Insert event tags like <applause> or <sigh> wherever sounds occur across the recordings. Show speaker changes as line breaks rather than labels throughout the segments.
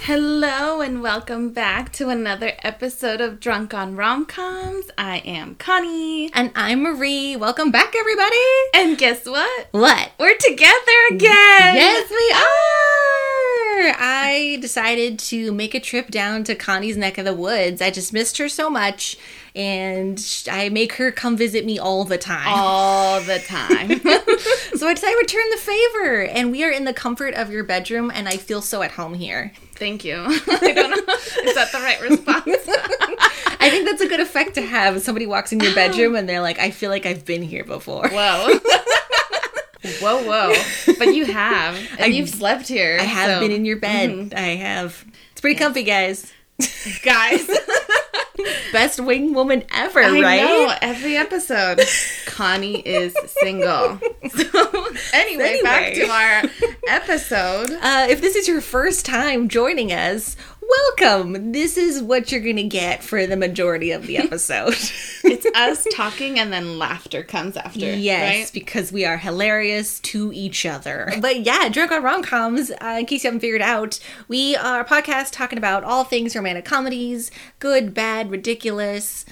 Hello and welcome back to another episode of Drunk on Romcoms. I am Connie.
And I'm Marie. Welcome back, everybody.
And guess what?
What?
We're Ah! together again.
Yes, we are. I decided to make a trip down to Connie's neck of the woods. I just missed her so much, and sh- I make her come visit me all the time.
All the time.
<laughs>
<laughs>
so I decided to return the favor, and we are in the comfort of your bedroom, and I feel so at home
<laughs>
here.
Thank you. I don't know. Is that the right
<laughs>
response?
I think that's a good effect to have. Somebody walks
Oh.
in your bedroom, and they're like, "I feel like I've been here before."
Whoa. <laughs> whoa, whoa. But you have. And
I-
you've slept here.
I have
so- mm-hmm.
been in your bed. I have. It's pretty comfy, guys.
<laughs> Guys.
<laughs> Best wing woman ever,
I
<laughs> right?
know. Every
<laughs>
episode, Connie is single. So, <laughs> anyway, back to
Anyway.
our episode.
Uh, if this is your first time joining us, welcome. This is what you're going to get for the majority
<laughs>
of the episode.
It's us talking and then laughter comes after.
Yes, because we are hilarious to each other. <laughs> But yeah, Drunk on Romcoms, uh, in case you haven't figured out, we are a podcast talking about all things romantic comedies good, bad, ridiculous,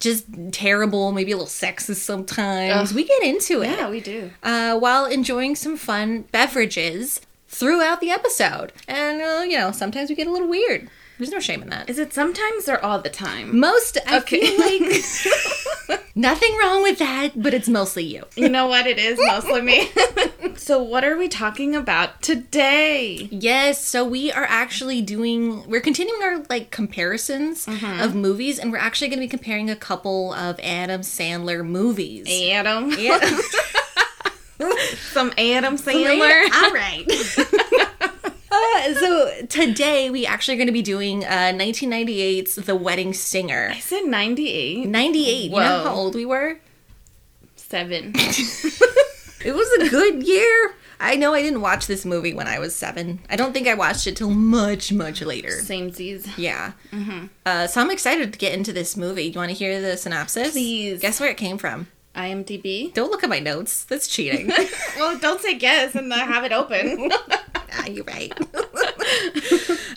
just terrible, maybe a little sexist sometimes. We get into it.
Right? Yeah, we do.
uh, while enjoying some fun beverages throughout the episode. And, uh, you know, sometimes we get a little weird. There's no shame in that.
Is it sometimes or all the time?
Most, I
Okay.
feel <laughs> like nothing wrong with that, but it's mostly you.
You know what it is, mostly me. <laughs> so, what are we talking about today?
Yes, so we are actually doing we're continuing our like comparisons
Mm-hmm.
of movies and we're actually going to be comparing a couple of Adam Sandler movies.
Adam. <laughs>
Yeah.
Some Adam Sandler. <laughs>
All right. uh, so today we actually are going to be doing uh, 1998's The Wedding Singer.
I said 98.
98. You know
Whoa.
how old
<laughs>
we were?
7.
It was a good year. I know I didn't watch this movie when I was seven. I don't think I watched it till much, much later.
Same Z's.
Yeah.
Mm-hmm.
Uh, so I'm excited to get into this movie. You want to hear the synopsis?
Please.
Guess where it came from?
IMDb.
Don't look at my notes.
<laughs>
That's cheating. <laughs>
well, don't say guess and then have it <laughs> open.
Ah, you're right. <laughs>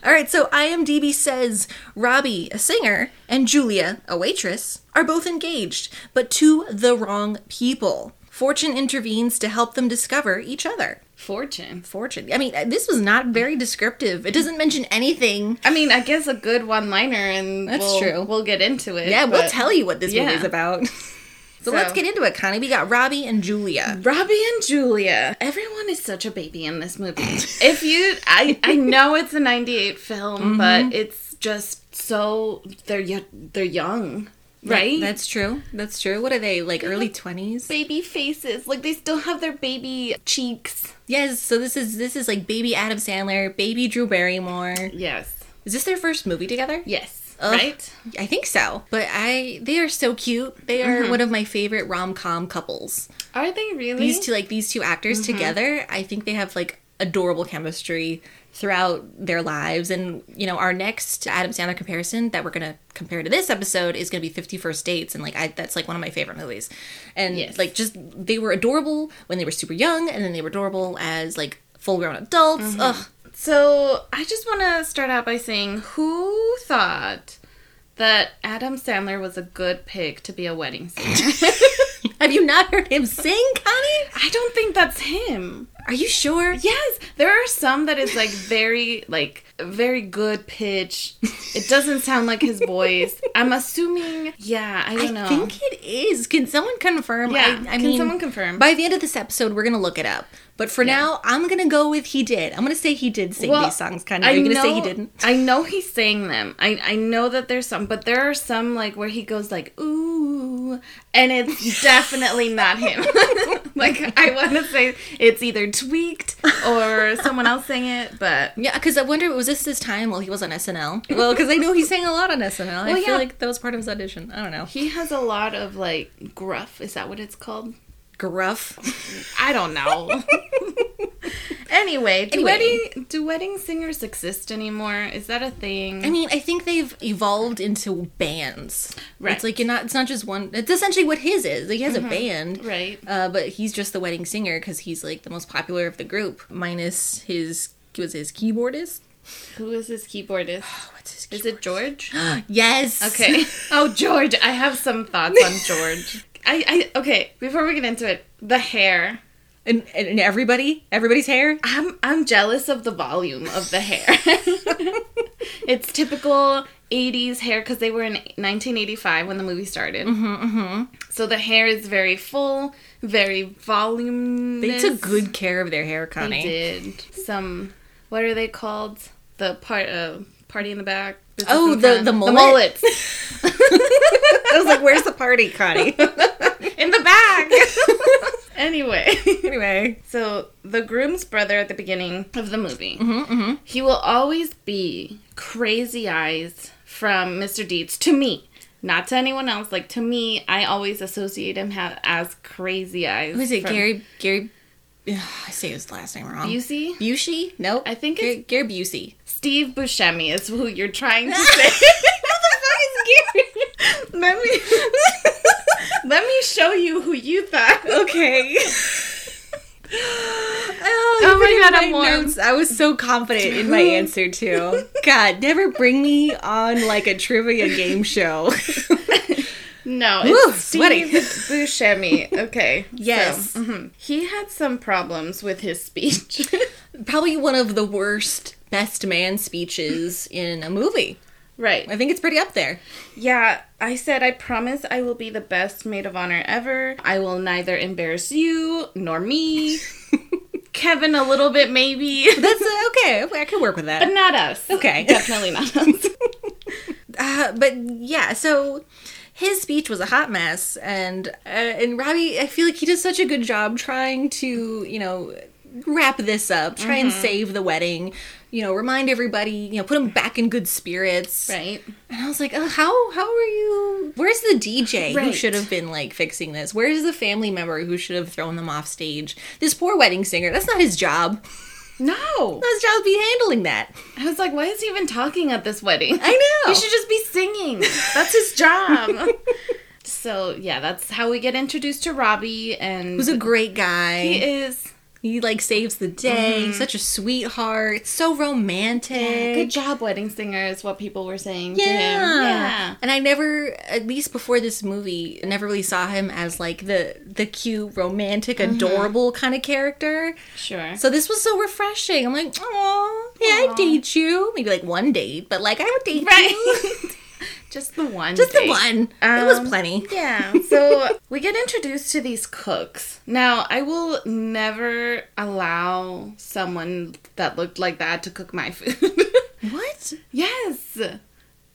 All right, so IMDb says Robbie, a singer, and Julia, a waitress, are both engaged, but to the wrong people. Fortune intervenes to help them discover each other.
Fortune.
Fortune. I mean, uh, this was not very descriptive. It doesn't mention anything.
I mean, I guess a good one liner and
That's
we'll,
true.
we'll get into it.
Yeah, we'll
but-
tell you what this
yeah.
movie's about. <laughs> so let's
So-
get into it, Connie. We got Robbie and Julia.
Robbie and Julia. Everyone is such a baby in this movie. if you, I, I know it's a '98 film, but it's just so they're y- they're young, right?
That's true. That's true. What are they, like early 20s?
baby faces. Like they still have their baby cheeks.
Yes, so this is this is like baby Adam Sandler, baby Drew Barrymore.
Yes.
Is this their first movie together?
Yes.
Ugh.
Right.
I think so. But I they are so cute. They are
Mm-hmm.
one of my favorite rom-com couples.
Are they really? Mm-hmm.
These two like these two actors together, I think they have like adorable chemistry throughout their lives and you know our next Adam Sandler comparison that we're going to compare to this episode is going to be 51st Dates and like I that's like one of my favorite movies. And
Yes.
like just they were adorable when they were super young and then they were adorable as like full-grown adults.
Mm-hmm.
Ugh.
So I just want to start out by saying, who thought that Adam Sandler was a good pick to be a wedding singer? <laughs>
<laughs> Have you not heard him sing, Connie?
I don't think that's him.
Are you sure?
Yes, there are some that is like very like very good pitch. It doesn't sound like his voice. I'm assuming. Yeah, I don't
I
know.
think it is. Can someone confirm?
yeah,
I, I
can
mean,
someone confirm?
by the end of this episode, we're gonna look it up. But for now, I'm gonna go with he did. I'm gonna say he did sing
Well,
these songs. Kind of. Are you gonna say he
know-
didn't?
I know he sang them. I I know that there's some, but there are some like where he goes like ooh, and <laughs> it's definitely not him. <laughs> like I want to say it's either tweaked or someone else sang it, but
Yeah, because I wonder was this his time while he was on SNL? Well, because I know he sang a lot on SNL. I
Well,
feel
yeah.
like that was part of his audition. I don't know.
he has a lot of like gruff. Is that what it's called?
Gruff.
I don't know. anyway, do
<laughs> Anyway.
wedding do wedding singers exist anymore? Is that a thing?
I mean, I think they've evolved into bands.
Right.
It's like you're not. It's not just one. It's essentially what his is. Like he has a band.
right.
Uh, but he's just the wedding singer because he's like the most popular of the group, minus his he was his keyboardist.
Who is his keyboardist? <sighs>
Oh, What's his
Is it George?
<gasps> Yes.
Okay. <laughs> Oh, George. I have some thoughts on George. I, I okay. Before we get into it, the hair.
<laughs> And, and and everybody, everybody's hair.
I'm I'm jealous of the volume of the hair. <laughs> it's typical 80s hair because they were in 1985 when the movie started. Mm-hmm, So the hair is very full, very voluminous.
They took good care of their hair, Connie. <laughs>
They did some. What are they called? The part uh, party in the back. business
Oh,
in
the-
front.
the mullet? <laughs>
mullets
I was like, "Where's the party, <laughs> Connie?"
in the back. <laughs> anyway. <laughs>
anyway,
So the groom's brother at the beginning of the movie,
Mm-hmm.
he will always be crazy eyes from Mr. Deeds to me, not to anyone else. Like to me, I always associate him ha- as crazy eyes.
was it
from-
Gary? Gary? <sighs> I say his last name wrong.
Busey?
Busey? Nope.
I think
Gary,
<laughs>
Gary Busey. <laughs>
Steve Buscemi is who you're trying to <laughs> say. Let me
<laughs>
let me show you who you thought.
okay. <laughs> Oh,
Oh my
even in
God, I'm warm.
notes, I was so confident in my answer
<laughs>
too. God, never bring me on like a trivia game show. <laughs>
No, it's
Woo,
Steve
sweaty.
Buscemi. Okay.
<laughs> Yes.
So, mhm. He had some problems with his speech. <laughs>
Probably one of the worst best man speeches in a movie.
right.
I think it's pretty up there.
Yeah, I said, I promise I will be the best maid of honor ever. I will neither embarrass you nor
<laughs>
me. Kevin, a little bit maybe, <laughs>
That's uh, okay. I can work with that.
but not us.
Okay.
Definitely not
<laughs>
us.
Uh, but yeah, so his speech was a hot mess, and uh, and Robbie, I feel like he does such a good job trying to you know wrap this up, try and
Mm-hmm.
save the wedding, you know, remind everybody, you know, put them back in good spirits.
right.
And I was like, oh, how how are you? Where's the DJ who
Right.
should have been like fixing this? Where's the family member who should have thrown them off stage? This poor wedding singer. That's not his job.
No.
His job is be handling that.
I was like, why is he even talking at this wedding?
I
<laughs>
know.
He should just be singing. That's his
<laughs>
job. so, yeah, that's how we get introduced to Robbie. And
Who's a great guy?
he is.
He like saves the day. He's such a sweetheart. So romantic.
Mm-hmm. Good job, wedding singer, is what people were saying to
Yeah.
him. Yeah.
And I never, at least before this movie, I never really saw him as like the the cute, romantic,
Mm-hmm.
adorable kind of character.
Sure.
So this was so refreshing. I'm like, oh, yeah, I date you. Maybe like one date, but like I would date you. <laughs>
Right. <laughs> Just the one.
Just the
date.
one. it was
Um,
plenty.
<laughs> Yeah. So we get introduced to these cooks. Now, I will never allow someone that looked like that to cook my food. <laughs>
What?
yes.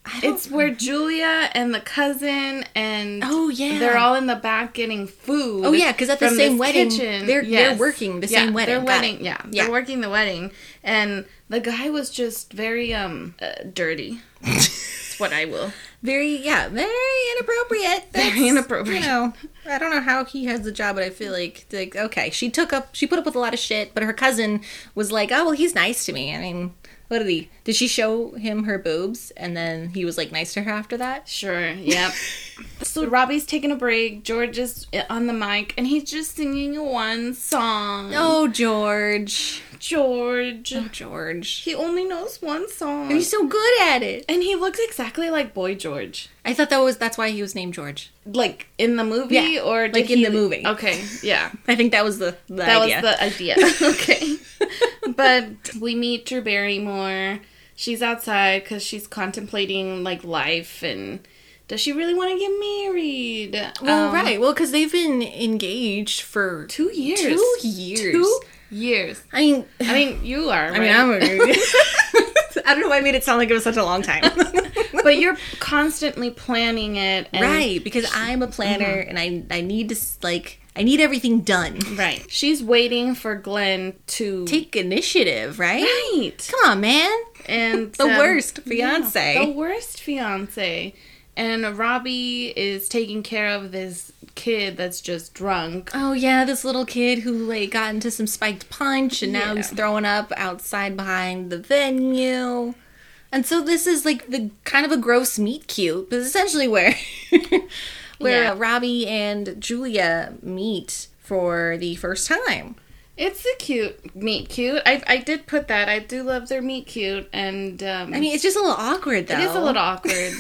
I don't-
It's where Julia and the cousin and
Oh, yeah.
they're all in the back getting food.
Oh, yeah, 'cause at the
from
same
this
wedding, they're- they're working the
Yeah,
same wedding.
They're
Got
wedding.
it.
Yeah,
Yeah.
they're working the wedding, and the guy was just very um uh,
<laughs>
dirty. That's what I will.
Very, yeah, very inappropriate. That's,
inappropriate.
You know, I don't know how he has the job, but I feel like, like, okay, she took up, she put up with a lot of shit, but her cousin was like, oh, well, he's nice to me. I mean, what did he, did she show him her boobs and then he was like nice to her after that?
Sure.
<laughs>
Yep. so Robbie's taking a break. George is uh, on the mic, and he's just singing one song.
Oh, George.
George.
Oh, George.
He only knows one song.
He's so good at it.
and he looks exactly like Boy George,
I thought that was, that's why he was named George.
like in the movie,
Yeah,
or did
like in
he-
the movie.
Okay, yeah,
I think that was the, the
that
idea.
was the <laughs> idea. okay, <laughs> but we meet Drew Barrymore. She's outside because she's contemplating like life and does she really want to get married?
well,
Um,
right. Well, because they've been engaged for
Two years.
Two years.
Two years.
I mean,
I mean, you are.
I mean, I'm <laughs> agree. I don't know why I made it sound like it was such a long <laughs> time.
<laughs> but you're constantly planning it, and
right, because I'm a planner and I I need to s- like I need everything done.
Right. She's waiting for Glenn to
Take initiative, right?
right,
Come on, man.
and
<laughs> The
um,
worst
yeah,
fiance.
the worst fiance, and Robbie is taking care of this kid that's just drunk.
Oh yeah, this little kid who like got into some spiked punch and now
Yeah.
he's throwing up outside behind the venue. And so this is like the kind of a gross meet cute, but essentially where <laughs> where
Yeah.
Robbie and Julia meet for the first time.
It's a cute meet cute. I I did put that. I do love their meet cute, and um,
I mean, it's just a little awkward, though.
it is a
<laughs>
little awkward.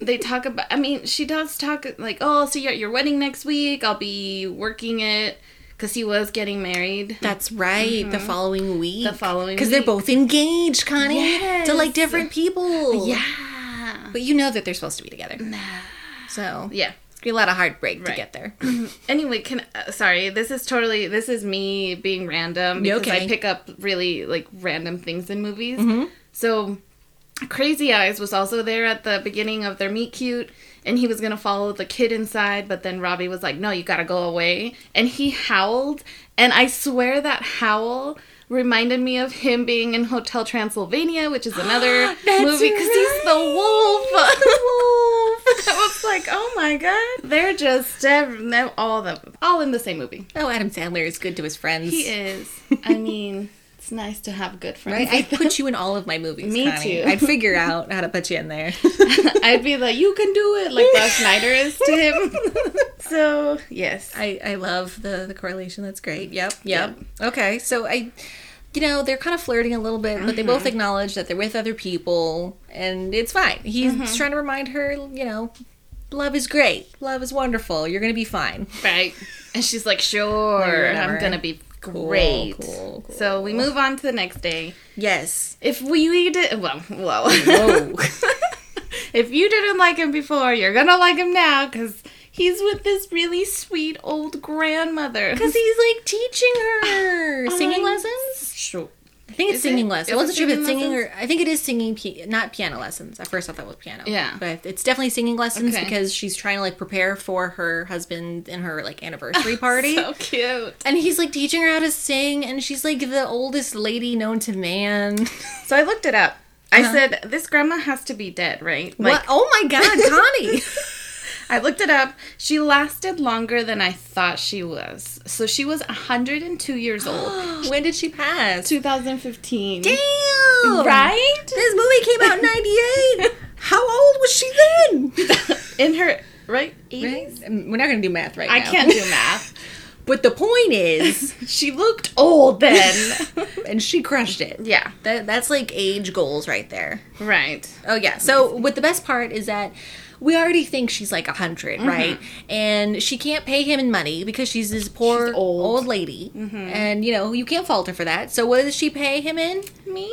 they talk about. I mean, she does talk like, "Oh, see you at your wedding next week. I'll be working it," because he was getting married.
That's right. The following week.
Mm-hmm. The following
Because they're
week.
both engaged, Connie, to like
Yes.
different people.
Yeah.
But you know that they're supposed to be together. So
Yeah.
it's gonna be a lot of heartbreak to
Right.
get there.
Anyway, can uh, sorry, this is totally this is me being random
You're
because
okay. Mm-hmm.
I pick up really like random things in movies. So Crazy Eyes was also there at the beginning of their meet cute and he was going to follow the kid inside, but then Robbie was like, "No, you got to go away." And he howled, and I swear that howl reminded me of him being in Hotel Transylvania, which is <gasps> another
<gasps> That's
movie cuz he's the
<laughs>
wolf. <laughs> I was like, oh my god, they're just ev- they're all the all in the same movie.
oh, Adam Sandler is good to his friends.
He <laughs> is. I mean, it's nice to have good friends.
Right? I'd
<laughs>
put you in all of my movies.
Me
Connie.
too.
I'd figure out how to put you in there.
<laughs> I'd be like, you can do it, like Rob Schneider is to
<laughs>
him. <laughs> so yes,
I, I love the, the correlation. That's great. Yep, yep. Okay, so I, you know, they're kind of flirting a little bit, but they both acknowledge that they're with other people, and it's fine. He's trying to remind her, you know, love is great, love is wonderful. You're gonna be fine.
right. And she's like, sure,
whatever.
I'm gonna be great.
cool, cool.
So we move on to the next day.
Yes.
If we did, well, whoa.
Oh,
<laughs> if you didn't like him before, you're gonna like him now because he's with this really sweet old <laughs> grandmother.
because he's like teaching her singing
I'm
lessons.
sure.
I think it's
Is
singing
it?
lessons.
Is
I
it
wasn't sure if it's
singing
singing or I think it is singing, pi- not piano lessons. At first, I thought it was piano.
Yeah.
but it's definitely singing lessons
Okay.
because she's trying to like prepare for her husband and her
<laughs>
like anniversary party.
So cute.
And he's like teaching her how to sing, and she's like the oldest lady known to
<laughs>
man.
So I looked it up. I said, this grandma has to be dead, right? Like,
Uh-huh. what? Oh my
<laughs>
god, Connie! <gasps>
I looked it up. She lasted longer than I thought she was. So she was 102 years
<gasps>
old.
when did she pass?
2015.
Damn!
Right? <laughs>
This movie came out in '98. how old was she then?
<laughs> In her, right? 80s?
Right? We're not gonna do math right
I
now.
can't do
<laughs>
math.
But the point is, <laughs>
she looked old then. <laughs>
and she crushed it.
yeah,
That, that's like age goals right there.
right.
Oh yeah. So what the best part is that we already think she's like a 100 right? And she can't pay him in money because Mm-hmm. she's this poor
She's
old.
old.
Mm-hmm. lady, and you know you can't fault her for that. So what does she pay him in?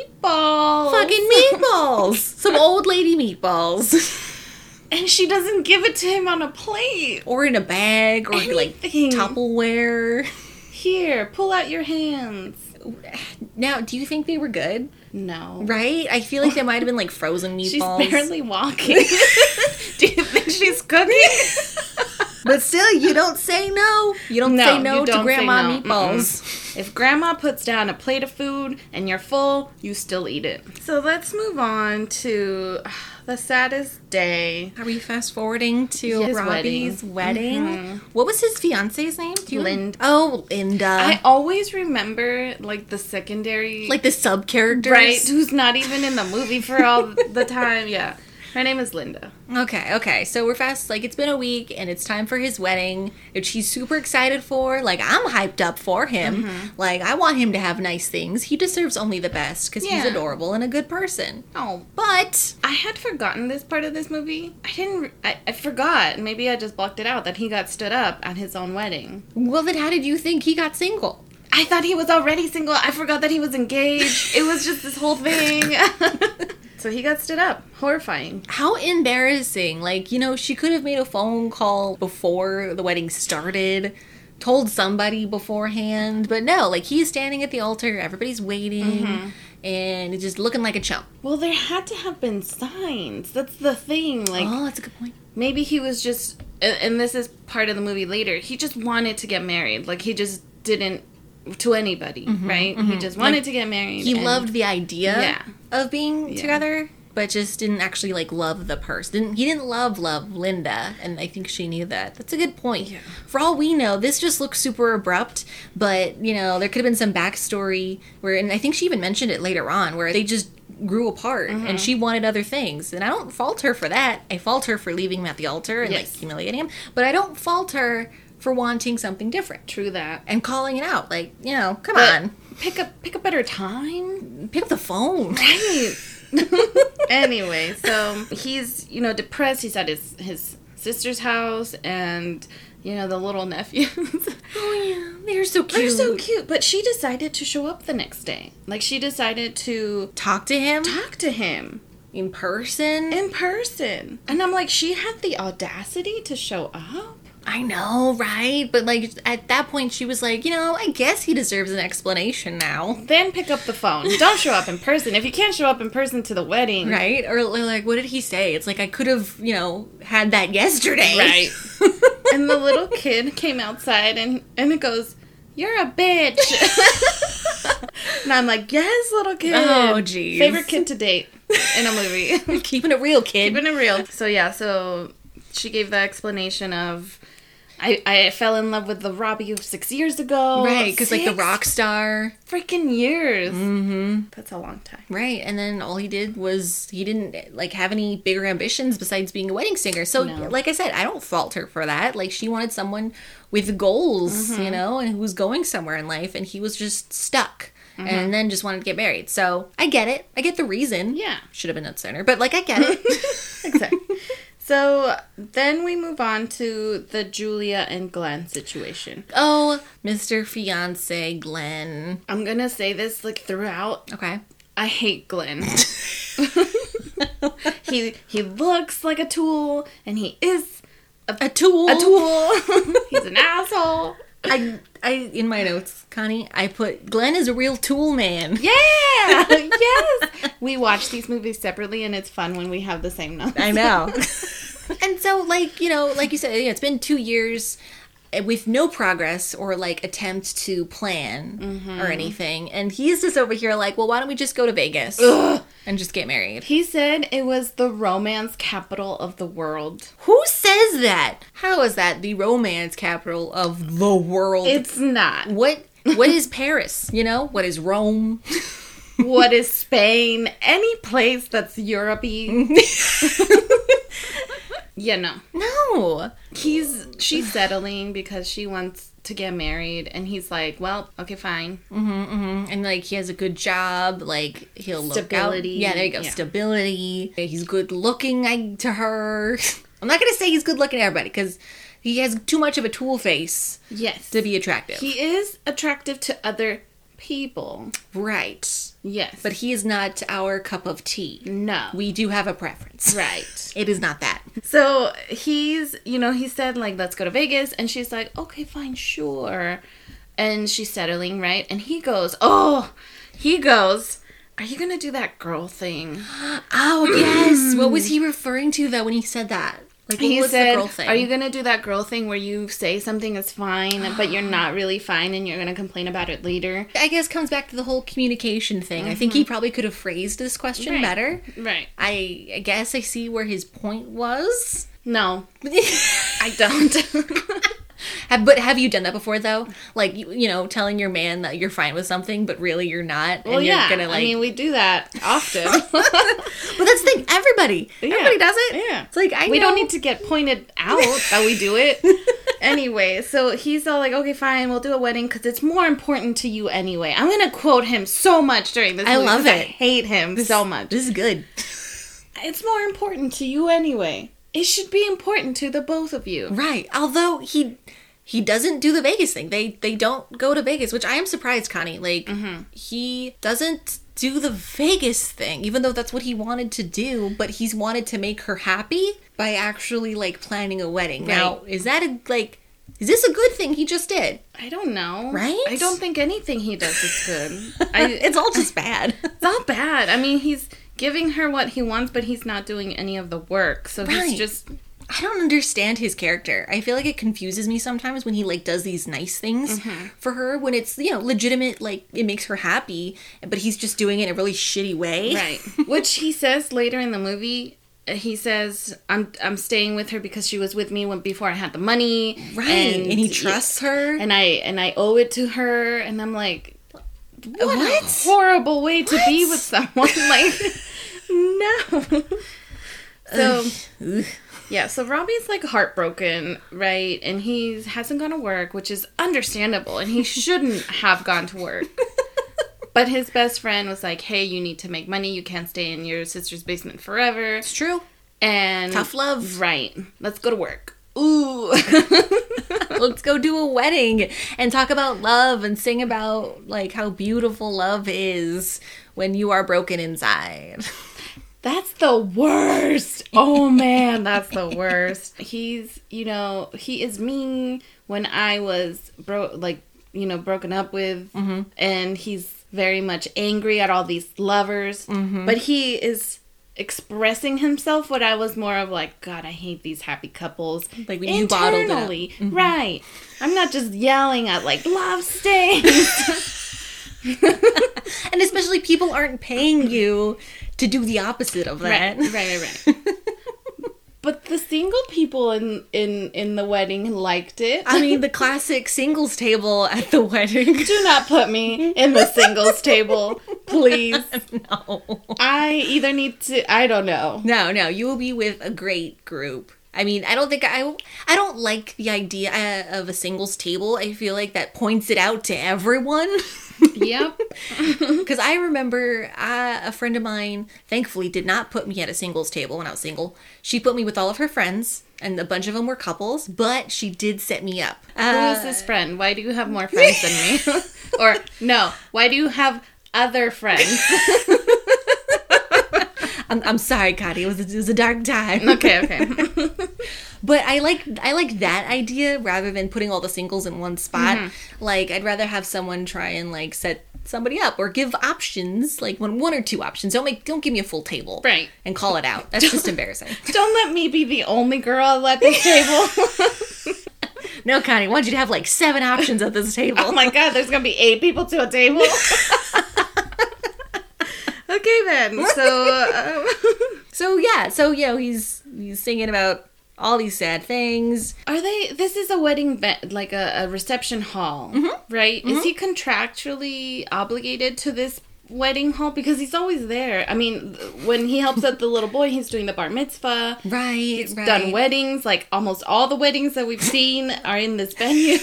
Meatballs.
<laughs> Fucking meatballs, some old lady meatballs, <laughs>
And she doesn't give it to him on a plate.
or in a bag, or like
Anything.
Tupperware.
Here, pull out your hands.
Now, do you think they were good?
No.
Right? I feel like they might have been like frozen
<laughs> She's
meatballs.
barely walking. <laughs> do you think she's <laughs> cooking?
<laughs> But still, you don't say no. You don't
No,
say no
you
to
don't say
grandma
no.
meatballs.
If grandma puts down a plate of food and you're full, you still eat it. So let's move on to uh, the saddest day.
Are we fast forwarding to
His Mm-hmm.
Robbie's wedding? What was his fiance's name? Do
Lind-
Oh, Linda.
I always remember like the secondary
like the sub characters.
right who's not even in the movie for all the time. Yeah. Her name is Linda.
Okay. Okay. So we're fast. Like it's been a week, and it's time for his wedding, which he's super excited for. Like I'm hyped up for him.
Mm-hmm.
Like I want him to have nice things. He deserves only the best because he's
Yeah.
adorable and a good person.
Oh,
But
I had forgotten this part of this movie. I didn't. re- I, I forgot. Maybe I just blocked it out that he got stood up at his own wedding.
well, then how did you think he got single? <laughs>
I thought he was already single. I forgot that he was engaged. It was just this whole thing. <laughs> so he got stood up. Horrifying.
How embarrassing. Like, you know, she could have made a phone call before the wedding started, told somebody beforehand, but no, like he's standing at the altar, everybody's waiting, and it's just looking like a chump.
Well, there had to have been signs. That's the thing. Like
Oh, that's a good point.
maybe he was just and, and this is part of the movie later. He just wanted to get married. Like he just didn't to anybody, right? He just wanted to get married.
He
and-
loved the idea
Yeah.
of being
Yeah.
together. But just didn't actually like love the person. Didn't, he didn't love love Linda, and I think she knew that. That's a good point.
Yeah.
For all we know, this just looks super abrupt. But you know, there could have been some backstory where, and I think she even mentioned it later on, where they just grew apart,
Mm-hmm.
and she wanted other things. And I don't fault her for that. I fault her for leaving him at the altar and
Yes.
like humiliating him. But I don't fault her for wanting something different
True that.
and calling it out. Like, you know, come
But
on,
pick a pick a better time.
pick up the phone.
Right.
<laughs> Oh,
anyway, so he's you know depressed. He's at his his sister's house, and you know the little nephews. <laughs>
Oh yeah, they're so
They're
cute.
so cute. But she decided to show up the next day. Like she decided to
Talk to him
talk to him
in person.
in person, and I'm like, she had the audacity to show up.
I know, right? But like at that point, she was like, you know, I guess he deserves an explanation now,
Then pick up the phone. Don't show up in person. If you can't show up in person to the wedding,
right? Or like, what did he say? It's like I could have, you know, had that yesterday, <laughs>
Right. and the little kid came outside and and it goes you're a
<laughs>
bitch and i'm like yes little kid
Oh, jeez.
favorite kid to date in a movie <laughs>
<laughs> Keeping it real, kid.
keeping it real so yeah so she gave the explanation of I, I fell in love with the Robbie of six years ago.
right, because like the
Six
rock star,
freaking years. Mm-hmm. That's a long time.
right? And then all he did was he didn't like have any bigger ambitions besides being a wedding singer. So,
No.
like I said, I don't fault her for that. Like she wanted someone with goals,
Mm-hmm.
you know, and who was going somewhere in life, and he was just stuck.
Mm-hmm.
And then just wanted to get married. So I get it. I get the reason.
Yeah.
Should have been done sooner, but like I get it.
<laughs> Exactly. so then we move on to the Julia and Glenn situation.
oh, Mr. Fiance Glenn.
I'm gonna say this like throughout
Okay.
<laughs> I hate <laughs> Glenn. he he looks like a tool, and he is
A tool.
a tool. <laughs> He's an asshole.
I, I, in my notes, Connie, I put Glenn is a real tool man.
Yeah, <laughs> yes. We watch these movies separately, and it's fun when we have the same notes.
I know. <laughs> and so, like, you know, like you said, you know, it's been two years uh, with no progress or like attempt to plan or anything. And he's just over here, like, well, why don't we just go to Vegas and just get married?
He said it was the romance capital of the world.
Who says that? How is that the romance capital of the world?
It's not.
what what is Paris? You know what is Rome?
What is Spain? Any place that's Europe <laughs> yeah, no.
No,
he's she's settling because she wants to get married and he's like well okay fine
and like he has a good job. Like he'll
Stability.
look out. Yeah, there you go.
Yeah.
Stability. He's good looking I, to her. <laughs> I'm not gonna say he's good looking to everybody because he has too much of a tool face
yes
to be attractive.
he is attractive to other people
right,
yes
but he is not our cup of tea.
no
We do have a preference.
right
<laughs> It is not that.
so he's you know he said like let's go to vegas and she's like okay fine sure and she's settling right and he goes oh he goes are you gonna do that girl thing
Oh
<clears throat>
yes. what was he referring to though when he said that? Like what
he
was
said,
the girl thing?
"Are you gonna do that girl thing where you say something is fine, but
<gasps>
you're not really fine, and you're gonna complain about it later?"
I guess comes back to the whole communication thing. I think he probably could have phrased this question
Mm-hmm. Right.
better.
Right?
I, I guess I see where his point was. <laughs>
No,
Have-
I <laughs> don't.
but have you done that before though? Like you, you know, telling your man that you're fine with something, but really you're not,
well,
and you're
yeah.
gonna like.
I mean, we do that often.
<laughs> but that's the thing. Everybody, everybody does it.
Yeah.
It's like I.
we don't
know-
need to get pointed out that we do
<laughs>
it. anyway, so he's all like, "Okay, fine, we'll do a wedding because it's more important to you anyway." I'm gonna quote him so much during this.
I
movie
love
'cause I
it.
hate him so much.
This is good.
It's more important to you anyway. It should be important to the both of you.
Right. Although he he doesn't do the Vegas thing. They they don't go to Vegas, which I am surprised, Connie. Like he doesn't do the Vegas thing, even though that's what he wanted to do, but he's wanted to make her happy by actually like planning a wedding. Now, is that a like is this a good thing he just did?
I don't know.
Right?
I don't think anything he does is
<laughs>
good. I, it's
it's all just bad.
not bad. I mean, he's giving her what he wants, but he's not doing any of the work. So
Right.
he's just
I don't understand his character. I feel like it confuses me sometimes when he like does these nice things
Mm-hmm.
for her when it's you know legitimate like it makes her happy, but he's just doing it in a really shitty way.
right. <laughs> Which he says later in the movie. uh, He says, "I'm I'm staying with her because she was with me when before I had the money,
<laughs> Right. And, he trusts her.
and I and I owe it to her." And I'm like, what,
What?
a horrible way to be <laughs>
<laughs>
with someone! Like, no. So
Ugh.
Yeah, so Robbie's like heartbroken, right? And he hasn't gone to work, which is understandable, and he shouldn't have gone to work. But his best friend was like, "Hey, you need to make money. You can't stay in your sister's basement forever."
It's true.
And
Tough love.
right? Let's go to work. Ooh,
<laughs> Let's go do a wedding and talk about love and sing about like how beautiful love is when you are broken inside. <laughs>
that's the worst. <laughs> Oh man, that's the worst. He's, you know, he is mean when I was bro, like, you know, broken up with,
Mm-hmm.
and he's very much angry at all these lovers.
Mm-hmm.
But he is expressing himself. What I was more of like, God, I hate these happy couples.
Like, when you bottled it up. Mm-hmm.
Internally, right? I'm not just yelling at like love
<laughs>
stinks.
And especially people aren't paying you to do the opposite of that.
right, right, right, right. <laughs> But the single people in in in the wedding liked it.
I mean, the classic singles table at the wedding.
Do not put me in the singles table, <laughs> please.
no.
I either need to I don't know.
No, no, you will be with a great group. I mean, I don't think I I don't like the idea uh, of a singles table. I feel like that points it out to everyone. <laughs>
Yep.
Because I remember uh, a friend of mine, thankfully, did not put me at a singles table when I was single. She put me with all of her friends, and a bunch of them were couples, but she did set me up.
<laughs> Who
Uh,
is this friend? Why do you have more friends than <laughs> me? or no, why do you have other <laughs> friends?
I'm, I'm sorry, Cotty. It was, it was a dark time.
Okay, <laughs> okay.
But I like I like that idea rather than putting all the singles in one spot.
Mm-hmm.
Like I'd rather have someone try and like set somebody up or give options, like one one or two options. Don't make don't give me a full table.
Right.
And call it out. That's
<laughs>
just embarrassing.
Don't let me be the only girl at this <laughs> table.
No, Connie, I want you to have like seven options at this table.
<laughs> oh my god, there's gonna be eight people to a table. <laughs> okay then. So um,
So yeah, so you know, he's he's singing about all these sad things.
Are they? This is a wedding, ve- like a, a reception hall,
Mm-hmm.
right? Is he contractually obligated to this wedding hall because he's always there? I mean, th- when he helps out the little boy, he's doing the bar mitzvah.
Right. right.
Done weddings, like almost all the weddings that we've seen are in this
<laughs>
venue.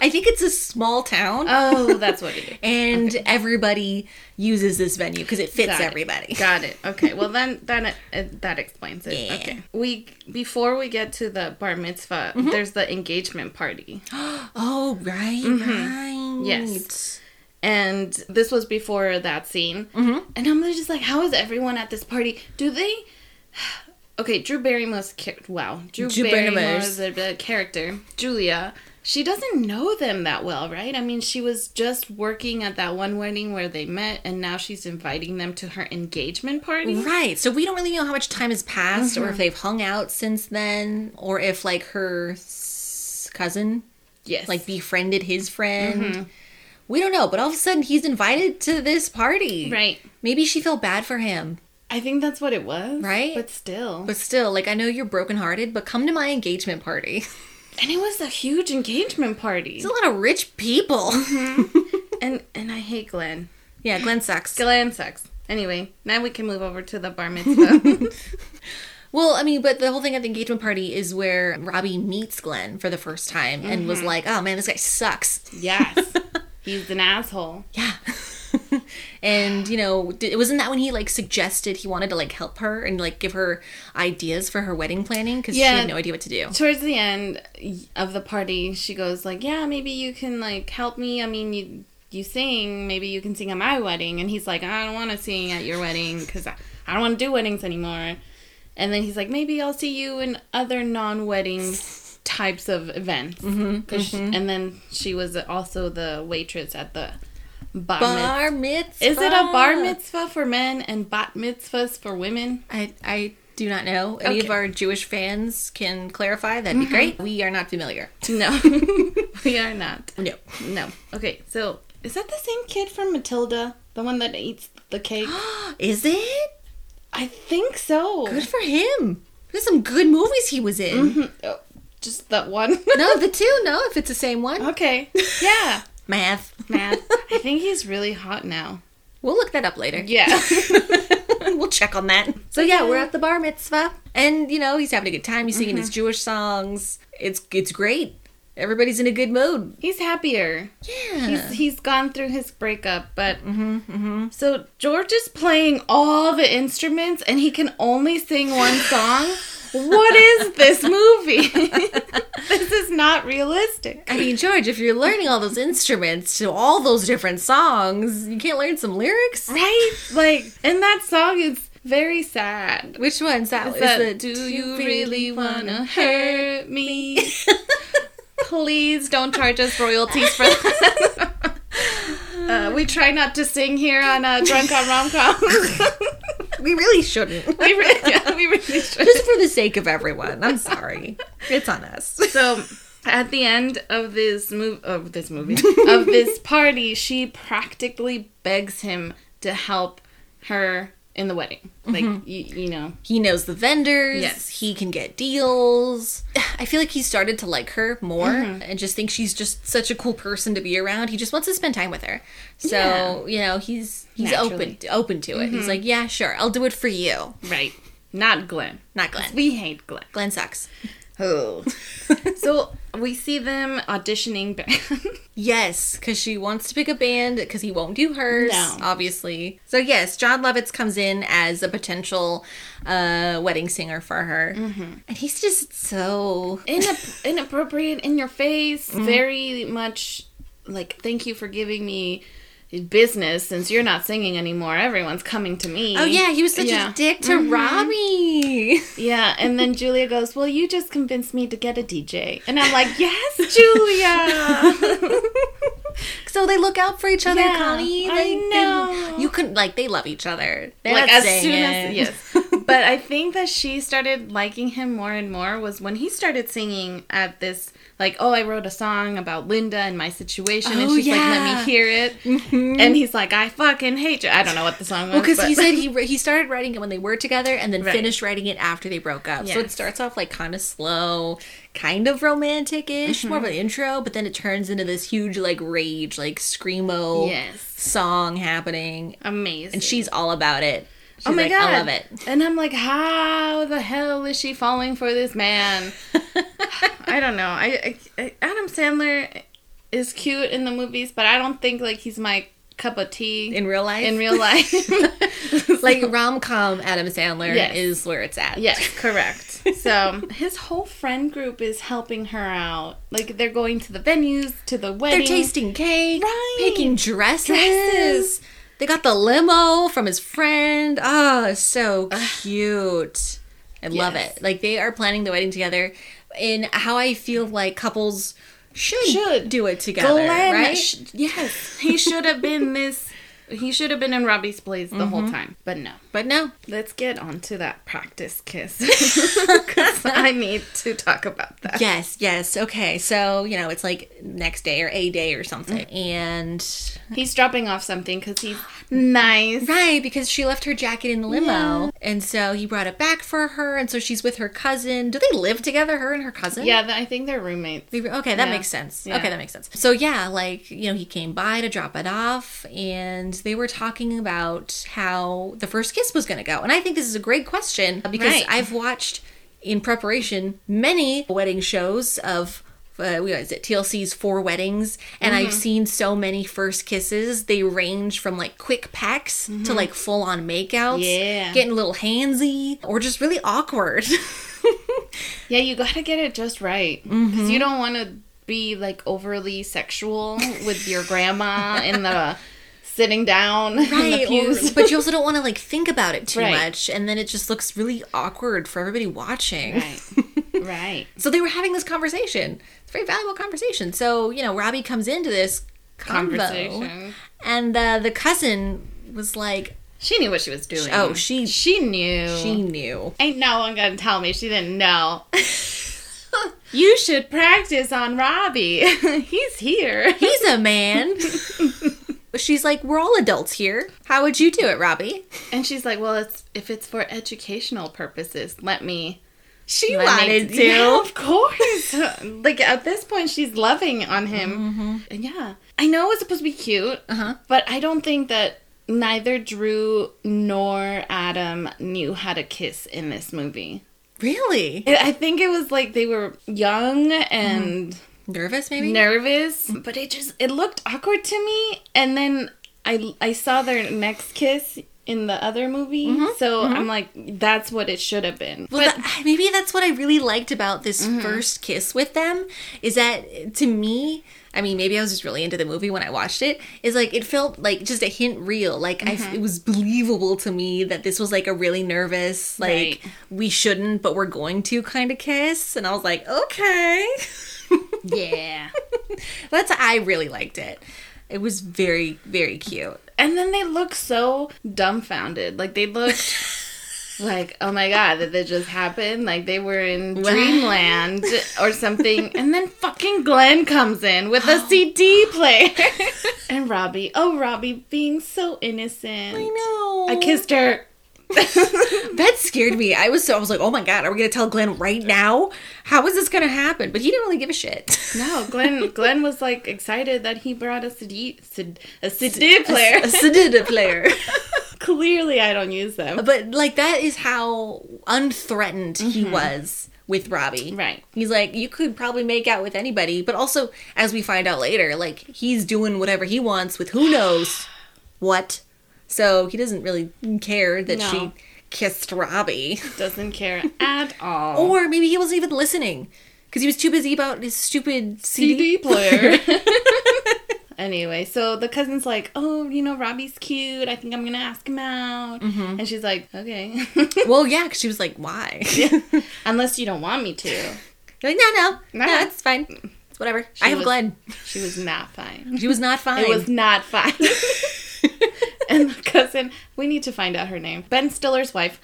I think it's a small town.
oh, that's what it is.
and everybody uses this venue because it fits
Got it.
everybody.
Got it. Okay. Well, then then it, it, that explains it.
Yeah.
Okay. We before we get to the bar mitzvah,
Mm-hmm.
there's the engagement party.
Oh, right, right.
Yes. And this was before that scene. Mm-hmm. And I'm just like, how is everyone at this party? Do they? <sighs> Okay, Drew Barrymore's char- wow, Drew,
Drew
Barrymore's
Barrymore's.
the, the character Julia. She doesn't know them that well, right? I mean, she was just working at that one wedding where they met, and now she's inviting them to her engagement party.
Right. So we don't really know how much time has passed or if they've hung out since then or if like her s- cousin
Yes,
like befriended his friend. We don't know, but all of a sudden he's invited to this party.
right.
Maybe she felt bad for him.
I think that's what it was,
Right?
But still,
But still, like I know you're brokenhearted, but come to my engagement party. <laughs>
and it was a huge engagement party,
It's a lot of rich people.
and and I hate Glenn.
yeah, Glenn sucks.
Glenn sucks. Anyway, now we can move over to the bar mitzvah.
Well, I mean, but the whole thing at the engagement party is where Robbie meets Glenn for the first time and was like, "Oh man, this guy sucks."
<laughs> yes. <laughs> He's an asshole.
Yeah. <laughs> and, you know, d- wasn't that when he like suggested he wanted to like help her and like give her ideas for her wedding planning cuz she
Yeah.
had no idea what to do.
Towards the end of the party, she goes like, "Yeah, maybe you can like help me. I mean, you you sing, maybe you can sing at my wedding." And he's like, "I don't want to sing at your wedding cuz I, I don't want to do weddings anymore." And then he's like, "Maybe I'll see you in other non-wedding types of events." 'Cause she- and then she was also the waitress at the bar, mitzvah.
Bar mitzvah.
Is it a bar mitzvah for men and bat mitzvahs for women? <laughs>
I I do not know. Any of
Okay.
our Jewish fans can clarify. That'd be great. We are not familiar.
No, we are not.
<laughs> No. <gasps>
No. Okay, so is that the same kid from Matilda? The one that eats the cake?
Is it?
I think so.
Good for him. There's some good movies he was in.
<laughs> Oh, just that one? <laughs>
No, the two. No, if it's the same one.
okay. Yeah.
Math. <laughs>
Math. I think he's really hot now.
<laughs> We'll look that up later.
Yeah. <laughs>
we'll check on that. So yeah, we're at the bar mitzvah. And you know, he's having a good time. He's singing
Mm-hmm.
his Jewish songs. It's it's great. Everybody's in a good mood.
He's happier.
Yeah.
He's, he's gone through his breakup, but so George is playing all the instruments and he can only sing one song. what is this movie? <laughs> this is not realistic.
I mean, George, if you're learning all those instruments to all those different songs, you can't learn some lyrics?
Right? Like, and that song is very sad.
Which one's that? Is
That,
the
do you really wanna hurt me? <laughs> Please don't charge us royalties for <laughs> that. Uh, we try not to sing here on uh, Drunk on Romcom.
<laughs> We really shouldn't.
<laughs> we, re- yeah, we really should.
<laughs> Just for the sake of everyone. I'm sorry. It's on us.
So at the end of this move of this movie of
<laughs>
this party, she practically begs him to help her in the wedding. Like
Mm-hmm.
you, you know,
He knows the vendors.
Yes.
He can get deals. <sighs> I feel like he started to like her more
Mm-hmm.
and just think she's just such a cool person to be around. He just wants to spend time with her. So,
Yeah.
you know, he's he's
Naturally. Mm-hmm.
open open to it. He's like, "Yeah, sure. I'll do it for you."
right? Not Glenn.
Not Glenn.
We hate Glenn.
Glenn sucks.
Oh. so we see them auditioning. ba- <laughs>
Yes, because she wants to pick a band because he won't do hers,
No.
obviously. So yes, John Lovitz comes in as a potential uh, wedding singer for her,
Mm-hmm.
and he's just so
Inap- inappropriate in your face.
Mm-hmm.
Very much like thank you for giving me business since you're not singing anymore. Everyone's coming to me.
Oh yeah, Mm-hmm. he was such
Yeah.
a dick to
<laughs>
Robbie.
Yeah, and then Julia goes, "Well, you just convinced me to get a DJ," and I'm like, <laughs> "Yes, Julia."
So they look out for each other,
Yeah,
Connie.
I
They,
know.
They, you could like they love each other. They're
like
not
as
saying
soon
it.
as
<laughs>
yes, but I think that she started liking him more and more was when he started singing at this like, "Oh, I wrote a song about Linda and my situation," and
Oh,
she's like, "Let
yeah.
me hear it," and he's like, "I fucking hate you." I don't know what the song was
Because
<laughs> but-
he
<laughs>
said he re- he started writing it when they were together, and then
Right.
finished writing it after they broke up. So it
Yes.
starts off like kind of slow, kind of romantic-ish, more of
Mm-hmm.
an intro, but then it turns into this huge like rage, like screamo
yes,
song happening,
amazing.
and she's all about it. She's
oh my
like,
god,
I love it.
And I'm like, how the hell is she falling for this
<laughs>
man? I don't know. I, I, I Adam Sandler is cute in the movies, but I don't think like he's my cup of tea
In real life,
in real life.
<laughs> like rom com Adam Sandler
Yes.
is where it's at.
yes, correct. So his whole friend group is helping her out. Like they're going to the venues, to the
They're
wedding.
tasting cake,
Right.
picking dresses.
Dresses.
They got the limo from his friend. Oh, it's so cute. I love
Yes.
it. Like they are planning the wedding together in how I feel like couples should,
Should.
do it together,
Glenn,
right?
sh- yes, he should have
<laughs>
been this. He should have been in Robbie's place the whole
Mm-hmm.
time, but no.
but no.
Let's get on to that practice kiss. <laughs> 'Cause I need to talk about that.
Yes, yes. Okay. So, you know, it's like next day or a day or something.
Mm.
And
He's dropping off something because he's <gasps> nice.
Right, because she left her jacket in the limo. And so he brought it back for her. And so she's with her cousin. Do they live together, her and her cousin?
Yeah, th- I think they're roommates.
They were- Okay, that
Yeah.
makes sense.
Yeah.
Okay, that makes sense. So, yeah, like, you know, he came by to drop it off, and they were talking about how the first kiss was going to go. And I think this is a great question uh, because
Right.
I've watched, in preparation, many wedding shows of. Uh, what is it TLC's Four Weddings? And
Mm-hmm.
I've seen so many first kisses. They range from like quick pecks to like full on makeouts,
Mm-hmm. Yeah.
getting a little handsy, or just really awkward. <laughs>
Yeah, you gotta get it just right because you don't want to be like overly sexual with your grandma in the sitting down in the
right
<laughs>
or-
pews.
but you also don't want to like think about it too
Right.
much and then it just looks really awkward for everybody watching
right, right.
<laughs> so they were having this conversation it's a very valuable conversation so you know robbie comes into this conversation
Conversation.
and uh, the cousin was like
She knew what she was doing.
Oh, she-
she knew.
she knew <laughs>
Ain't no one gonna tell me she didn't <laughs> know. you should practice on Robbie. <laughs> He's here.
he's a man <laughs> she's like we're all adults here how would you do it robbie
<laughs> And she's like, "Well, it's if it's for educational purposes, let me."
she
let me
wanted
do-"
to <laughs>
Yeah, of course. like at this point, she's loving on him. And yeah, I know it was supposed to be cute,
Mm-hmm. Uh-huh.
but I don't think that neither Drew nor Adam knew how to kiss in this movie.
Really?
It, I think it was like they were young
Mm-hmm.
and
Nervous, maybe?
nervous, but it just it looked awkward to me. And then I I saw their next kiss in the other movie, so I'm like, that's what it should have been.
Well,
But Mm-hmm.
that- <sighs> maybe that's what I really liked about this first kiss with them is that to me, I mean, maybe I was just really into the movie when I watched it. Is like it felt like just a hint real. Like I f
Mm-hmm.
it was believable to me that this was like a really nervous, like
Right.
we shouldn't, but we're going to kind of kiss. And I was like, okay, <laughs>
yeah.
that's I really liked it. It was very very cute.
<laughs> And then they look so dumbfounded. Like they <laughs> looked like, oh my god, did that just happen? Like they were in dreamland or something. And then fucking Glenn comes in with <gasps> a CD <laughs> player. and Robbie, oh Robbie being so innocent. I
know.
I kissed her.
That scared me. I was so I was like, oh my god, are we gonna tell Glenn right now? How is this gonna happen? But he didn't really give a shit.
<laughs> No, Glenn Glenn was like excited that he brought a CD cid, a CD player.
a sedative player.
Clearly I don't use them.
<laughs> but like that is how unthreatened he was with Robbie.
Right.
He's like, you could probably make out with anybody, but also, as we find out later, like he's doing whatever he wants with who knows what. So he doesn't really care that
No.
she kissed Robbie.
Doesn't care at all.
Or maybe he wasn't even listening because he was too busy about his stupid CD.
CD
<laughs>
player. <laughs> anyway, so the cousin's like, "Oh, you know, Robbie's cute. I think I'm gonna ask him out." And she's like, "Okay,
Well, yeah, 'cause she was like, why? <laughs>
unless you don't want me to."
Like, no, no, no,
No.
it's fine. It's whatever. I have
was-
Glenn.
She was not fine.
She was <laughs> not fine.
It was not fine. and the cousin, we need to find out her name. Ben Stiller's wife,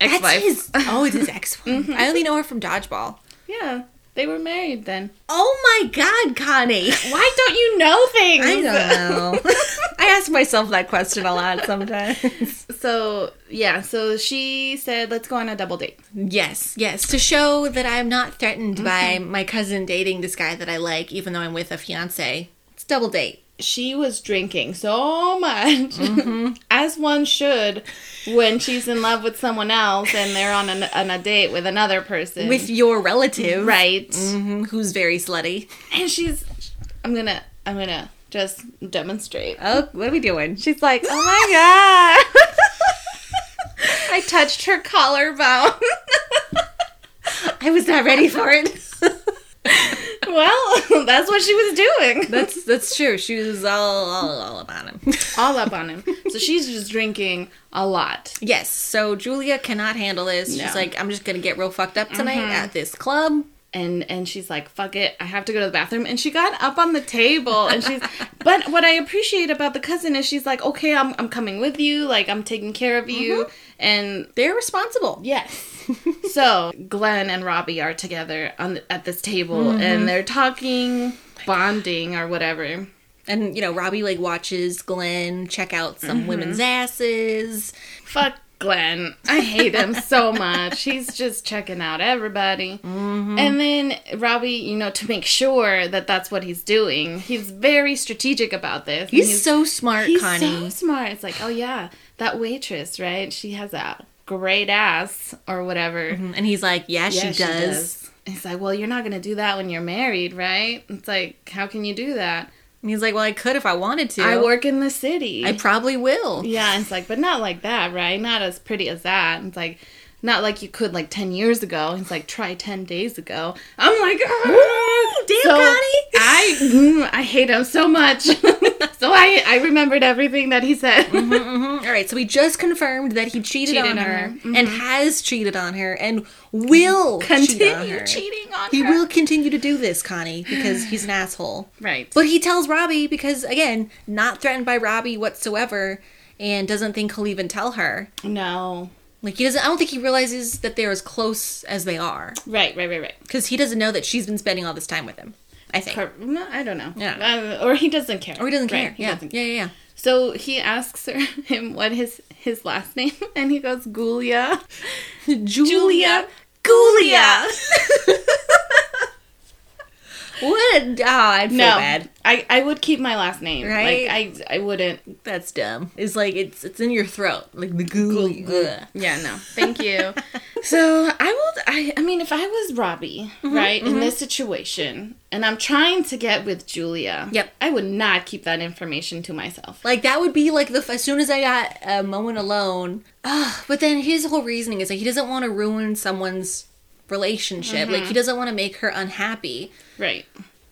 That's
ex-wife.
his. Oh, it's <laughs> his ex wife. I only know her from Dodgeball.
yeah, they were married then.
Oh my God, <laughs> Connie.
Why don't you know things?
I don't <laughs> know.
<laughs>
I ask myself that question a lot sometimes.
so yeah, so she said, "Let's go on a double date."
<laughs> yes, yes. To show that I'm not threatened by my cousin dating this guy that I like, even though I'm with a fiance. It's double date.
she was drinking so much <laughs> as one should when she's in love with someone else and they're on, an, on a date with another person
With your relative.
right
Mhm, who's very slutty.
and she's i'm gonna i'm gonna just demonstrate
Oh, what are we doing?
she's like oh my god i touched her collarbone
<laughs>
<laughs>
I was not ready for it. <laughs>
well <laughs> that's what she was doing
That's that's true. She was all all, all about him.
all up on him so she's just drinking a lot
<laughs> yes. So Julia cannot handle this.
No.
She's like, I'm just gonna get real fucked up tonight at this club.
and and she's like fuck it i have to go to the bathroom and she got up on the table and she's <laughs> but what i appreciate about the cousin is she's like okay i'm, I'm coming with you like i'm taking care of you and
They're responsible.
yes so glenn and robbie are together on the, at this table and they're talking bonding or whatever
<laughs> And you know, Robbie like watches Glenn check out some women's asses.
fuck Glenn. I hate him so much. He's just checking out everybody. And then Robbie, you know, to make sure that that's what he's doing, he's very strategic about this. And
He's, so smart,
he's so
Connie.
smart. It's like, oh yeah, that waitress, right? She has a great ass or whatever.
and he's like, Yeah,
Yeah,
Mm-hmm. she, does.
It's like, well, you're not gonna do that when you're married, right? It's like, how can you do that?
And he's like, Well, I could if I wanted to.
I work in the city.
I probably will.
Yeah, and it's like, but not like that, right? Not as pretty as that. And It's like, not like you could like ten years ago. And It's like try ten days ago. I'm like, ah!
Damn,
So,
<laughs> Connie.
I mm, I hate him so much. <laughs> so I I remembered everything that he said.
Mhm. All right, so we just confirmed that he cheated,
Cheated
on,
on
her,
her. Mm-hmm.
and has cheated on her and will cheat on
Continue
her.
cheating on
He
her.
will continue to do this, Connie, because he's an asshole.
Right.
But he tells Robbie because again, not threatened by Robbie whatsoever and doesn't think he'll even tell her.
no.
Like he doesn't I don't think he realizes that they're as close as they are
Right. Right. Right. Right.
cuz he doesn't know that she's been spending all this time with him. I think.
Or- no, I don't know.
Yeah.
Uh, or he doesn't care.
Or he doesn't care.
Right, he
yeah.
doesn't
yeah. Yeah, yeah.
So he asks her, <laughs> him what his his last name, <laughs> and he goes Gulia.
Julia Gulia. <laughs> what? a- Oh, I feel
no,
bad.
I, I would keep my last name.
Right?
Like I I wouldn't.
That's dumb. It's like it's it's in your throat, like the ghoul.
Yeah, no. <laughs> Thank you. So I will. I, I mean, if I was Robbie,
Mm-hmm,
right, in this situation, and I'm trying to get with Julia,
Yep.
I would not keep that information to myself.
Like that would be like the f- as soon as I got a moment alone. Ugh, but then his whole reasoning is like he doesn't want to ruin someone's relationship. Like he doesn't want to make her unhappy
Right.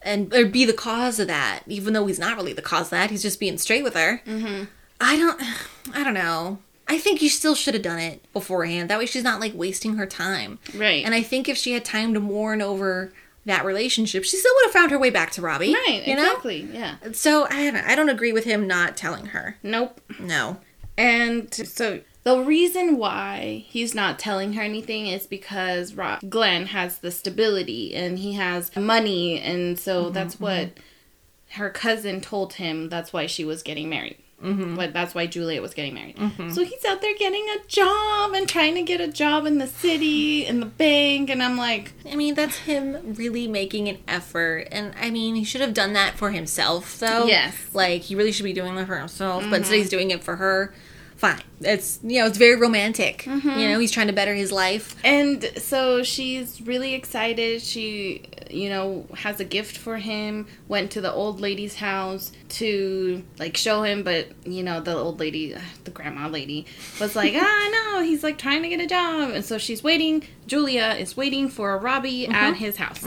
and or be the cause of that. Even though he's not really the cause of that, he's just being straight with her. Mm-hmm. I don't. <sighs> I don't know. I think you still should have done it beforehand. That way, she's not like wasting her time.
Right.
And I think if she had time to mourn over that relationship, she still would have found her way back to Robbie.
Right.
You know?
exactly. Yeah.
So I don't, I don't agree with him not telling her.
Nope.
No.
And so the reason why he's not telling her anything is because Rob Glenn has the stability and he has money and so that's what her cousin told him that's why she was getting married. Mm-hmm. But that's why Juliet was getting married. So he's out there getting a job and trying to get a job in the city, in the bank, and I'm like,
I mean, that's him really making an effort. And I mean, he should have done that for himself, though.
Yes. Mm-hmm.
Like, he really should be doing that for himself, but instead he's doing it for her. Fine. It's, you know, it's very romantic.
Mm-hmm.
You know, he's trying to better his life.
And so she's really excited. She, you know, has a gift for him. Went to the old lady's house to like show him, but you know, the old lady, <sighs> ugh, the grandma lady, was like, ah, no, he's like trying to get a job. And so she's waiting. Julia is waiting for Robbie at his house.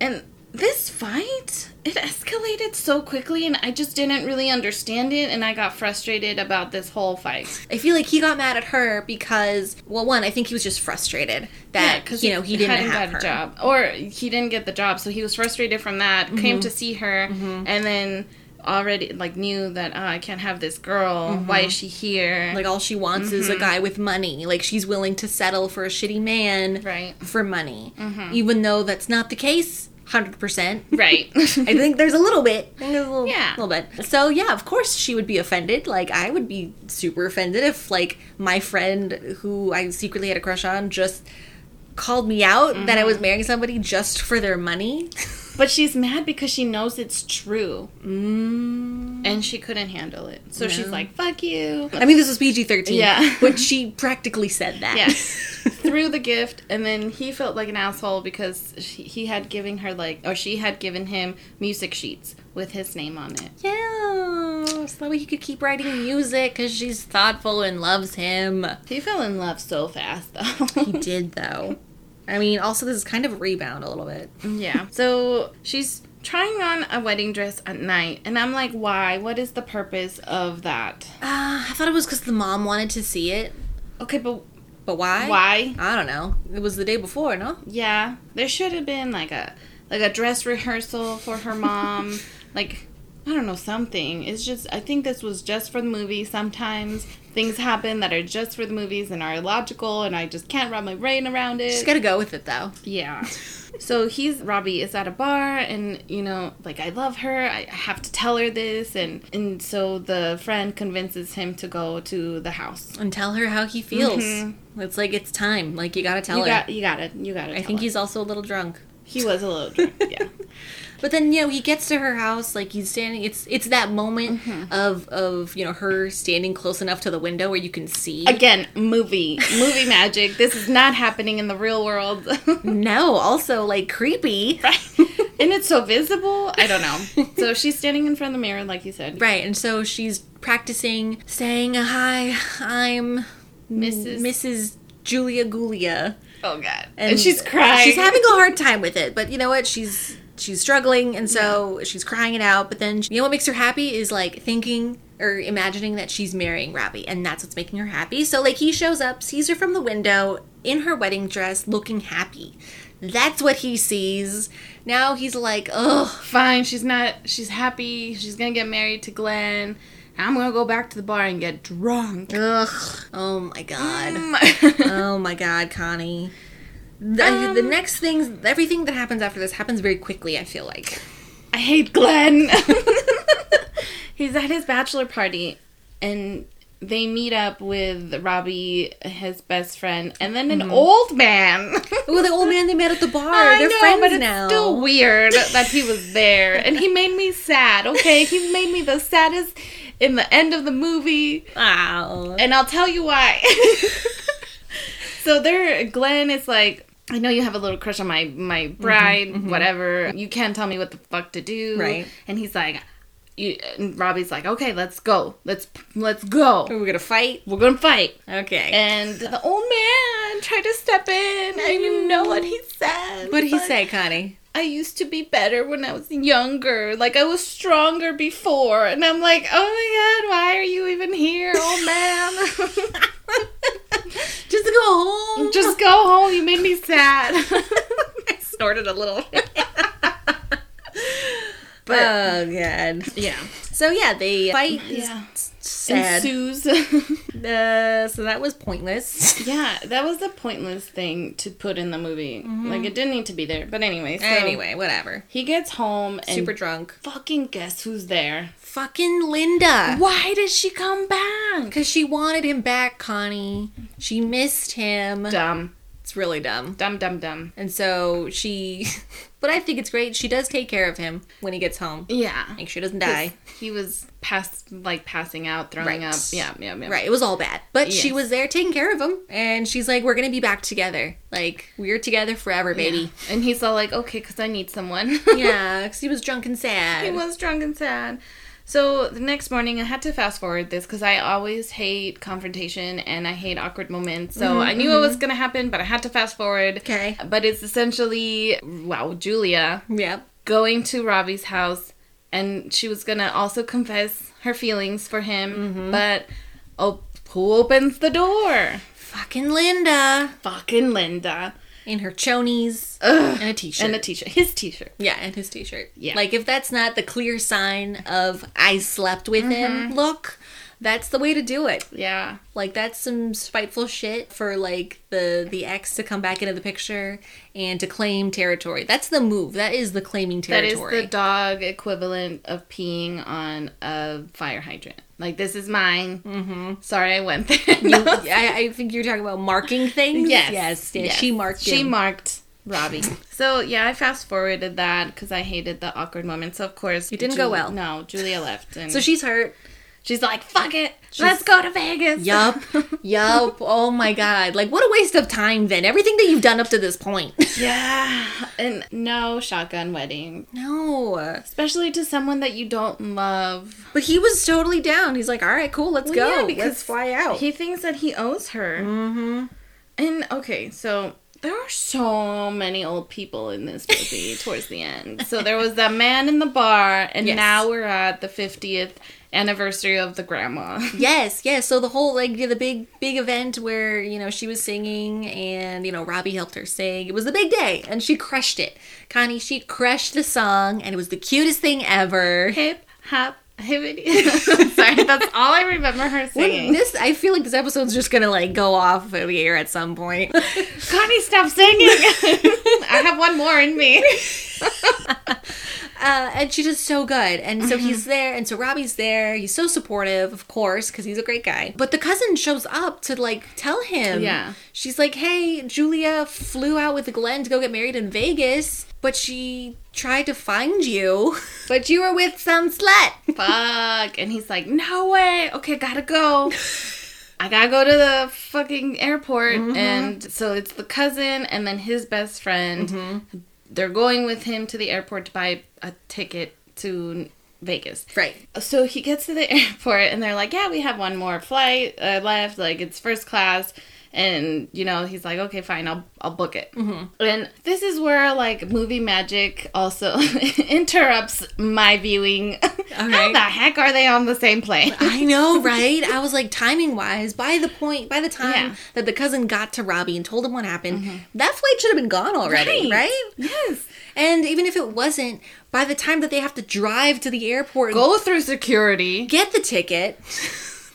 And this fight, it escalated so quickly, and I just didn't really understand it. And I got frustrated about this whole fight.
I feel like he got mad at her because, well, one, I think he was just frustrated that, you know, he didn't
hadn't
have
got
her.
a job, or he didn't get the job, so he was frustrated from that.
Mm-hmm.
Came to see her, and then already like knew that oh, I can't have this girl. Why is she here?
Mm-hmm. Like, all she wants is
Mm-hmm.
a guy with money. Like, she's willing to settle for a shitty man <laughs>
right, Mm-hmm.
for money, even though that's not the case 100%.
right. <laughs>
I think there's a little bit. I think there's a little,
Yeah.
little bit. So yeah, of course she would be offended. Like I would be super offended if like my friend who I secretly had a crush on just called me out that I was marrying somebody just for their money.
Mm-hmm. <laughs> but she's mad because she knows it's true, and she couldn't handle it. So she's like, "Fuck you."
Mm. I mean, this was PG thirteen.
Yeah.
<laughs> but she practically said that. <laughs>
Yes. Threw the gift, and then he felt like an asshole because she, he had giving her like, or she had given him music sheets with his name on it.
yeah. So that way he could keep writing music because she's thoughtful and loves him.
He fell in love so fast, though. <laughs>
He did though. I mean, also this is kind of a rebound a little bit.
Yeah. So she's trying on a wedding dress at night, and I'm like, why? What is the purpose of that?
Uh, I thought it was because the mom wanted to see it,
Okay, but
but why?
why?
I don't know. It was the day before, no?
Yeah, there should have been like a like a dress rehearsal for her
<laughs>
mom, like. I don't know something. It's just I think this was just for the movie. Sometimes things happen that are just for the movies and are illogical, and I just can't wrap my brain around it.
Just gotta go with it though.
Yeah. So he's Robbie is at a bar and you know like I love her I I have to tell her this and and so the friend convinces him to go to the house.
And tell her how he feels. It's like it's time. Like you gotta tell
Mm-hmm. You
her.
got you got it you got it.
I think he's also a little drunk.
he was a little
<laughs>
drunk. yeah
But then, you know, he gets to her house, like he's standing it's it's that moment
Mm-hmm.
of of, you know, her standing close enough to the window where you can see.
again movie movie magic this is not happening in the real world <laughs>
no, also like creepy.
and it's so visible I don't know so she's standing in front of the mirror like you
<laughs>
said
<laughs> Right, and so she's practicing saying, Hi, I'm
Mrs.
Mrs. Julia Gulia.
oh god and, she's crying
She's having a hard time with it, but you know what? She's she's struggling, and so she's crying it out. But then, you know what makes her happy is like thinking or imagining that she's marrying Robbie, and that's what's making her happy. So like he shows up, sees her from the window in her wedding dress, looking happy. That's what he sees. Now he's like, ugh.
fine. She's not. She's happy. She's gonna get married to Glenn. I'm gonna go back to the bar and get drunk.
Ugh. Oh my god.
<laughs> Mm.
Oh my god, Connie. The,
Um,
the next things, everything that happens after this happens very quickly, I feel like.
I hate Glenn. <laughs> He's at his bachelor party, and they meet up with Robbie, his best friend, and then an old man.
Mm-hmm. <laughs> Well, the
<laughs>
old man they met at the bar.
I
They're
know,
friends
but it's
now.
still weird that he was there, and he made me sad. Okay, he made me the saddest in the end of the movie.
Wow. <laughs>
and I'll tell you why. So there, Glenn is like, I know you have a little crush on my my
Mm-hmm,
bride, whatever. You can't tell me what the fuck to do,
Right.
And he's like, you, and Robbie's like, okay, let's go, let's let's go.
We're gonna fight.
We're gonna fight.
Okay.
And the old man tried to step in. I didn't know what he said.
what did he
but
say, Connie?
I used to be better when I was younger. Like I was stronger before. And I'm like, oh my god, why are you even here, old man?
<laughs>
<laughs>
Just go home.
Just go home. You made me <laughs> sad.
<laughs> I snorted
<laughs>
a little.
But-
oh god.
yeah.
So yeah, they fight. is
Yeah.
Sad.
Ensues.
Uh, so that was pointless.
<laughs> yeah, that was a pointless thing to put in the movie. Like it didn't need to be there. But Mm-hmm. anyway, so
anyway, whatever.
he gets home and
Super drunk.
fucking guess who's there.
Fucking Linda.
Why did she come back?
Because she wanted him back, Connie. She missed him.
Dumb,
It's really dumb.
dumb, dumb, dumb.
And so she. <laughs> But I think it's great. She does take care of him when he gets home.
Yeah.
Make sure he doesn't die.
He was past like passing out, throwing
Right.
up. Yeah, yeah, yeah.
Right, it was all bad. But she
Yes.
was there taking care of him. And she's like, we're going to be back together. Like, we're together
<laughs>
forever, baby.
And he's all like, okay, because I need someone. <laughs>
Yeah, because he was drunk and sad.
He was drunk and sad. So the next morning, I had to fast forward this because I always hate confrontation and I hate awkward moments. So I knew it was going to happen, but I had to fast forward.
Okay.
But it's essentially, wow, Julia
Yep.
going to Robbie's house and she was going to also confess her feelings for him. But oh, who opens the door?
Fucking Linda.
Fucking Linda.
In her chonies.
Ugh.
And a t shirt.
And a t shirt. His t shirt.
Yeah, and his t-shirt.
Yeah.
Like if that's not the clear sign of I slept with
Mm-hmm.
him look, that's the way to do it.
Yeah.
Like that's some spiteful shit for like the the ex to come back into the picture and to claim territory. That's the move. That is the claiming
That is
territory.
the dog equivalent of peeing on a fire hydrant. Like this is mine. Mm-hmm. Sorry, I went there. <laughs>
You- I, I think you're talking about marking things.
yes,
yes, yes. She marked.
She
him.
marked
<laughs>
Robbie. so yeah, I fast forwarded that because I hated the awkward moment. So of course it
didn't go well.
No, Julia left, and
So
<laughs>
she's hurt.
she's like, "Fuck it, let's go to Vegas."
Yup. yup. Oh my god. Like what a waste of time then. Everything that you've done up to this point.
<laughs>
<laughs>
yeah, and no shotgun wedding,
no.
especially to someone that you don't love.
But he was totally down. He's like, all right, cool, let's
Well,
go.
yeah, because
let's fly out. Mm-hmm.
He thinks that he owes her. And okay, so there are so many old people in this
<laughs>
movie towards the end. So there was that man in the bar, and
Yes.
now we're at the 50th anniversary of the
<laughs>
grandma.
yes, yes. So the whole like the big big event where, you know, she was singing and, you know, Robbie helped her sing. It was the big day and she crushed it. Connie, she crushed the song and it was the cutest thing ever.
Hip hop. hippity. <laughs> Sorry, that's all I remember her
Wouldn't
singing.
This I feel like this episode's just gonna like go off of the air at some point. <laughs>
Connie, stop singing. <laughs> I have one more in me.
<laughs> uh, and she's just so good. And
Mm-hmm.
so he's there, and so Robbie's there. He's so supportive, of course, because he's a great guy. But the cousin shows up to like tell him.
Yeah.
She's like, "Hey, Julia flew out with Glenn to go get married in Vegas, but she tried to find you, <laughs> but you were with some slut."
Fuck. And he's like, no way. Okay, gotta go. I gotta go to the fucking airport. And so it's the cousin and then his best friend. They're going with him to the airport to buy a ticket to Vegas.
Right.
So he gets to the <laughs> airport and they're like, yeah, we have one more flight uh, left. Like, it's first class. And, you know, he's like, okay, fine, I'll, I'll book it.
Mm-hmm.
And this is where, like, movie magic also <laughs> interrupts my viewing. <laughs> How
right.
the heck are they on the same plane? <laughs>
I know, right? I was like, timing wise, by the point, by the time
Yeah. Mm-hmm.
that the cousin got to Robbie and told him what happened, that flight should have been gone already,
Right.
right?
Yes.
And even if it wasn't, by the time that they have to drive to the airport,
Go through security.
get the ticket, <laughs>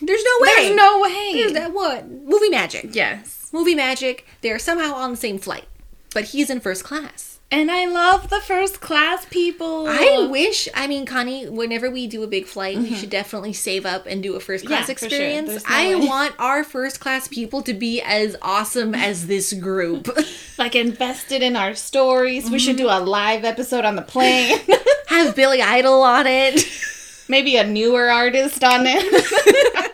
there's no way.
There's no way.
Is that what movie magic?
Yes.
Movie magic. They are somehow on the same flight, but he's in first class.
And I love the first class people.
I wish. I mean, Connie, whenever we do a big flight, we should definitely save up and do a first class
Mm-hmm. Yeah, for sure.
experience.
There's no
I
way.
want our first class people to be as awesome as this group. <laughs>
like invested in our stories. We
Mm-hmm.
should do a live episode on the plane. <laughs>
Have Billy Idol on it.
<laughs> Maybe a newer artist on it.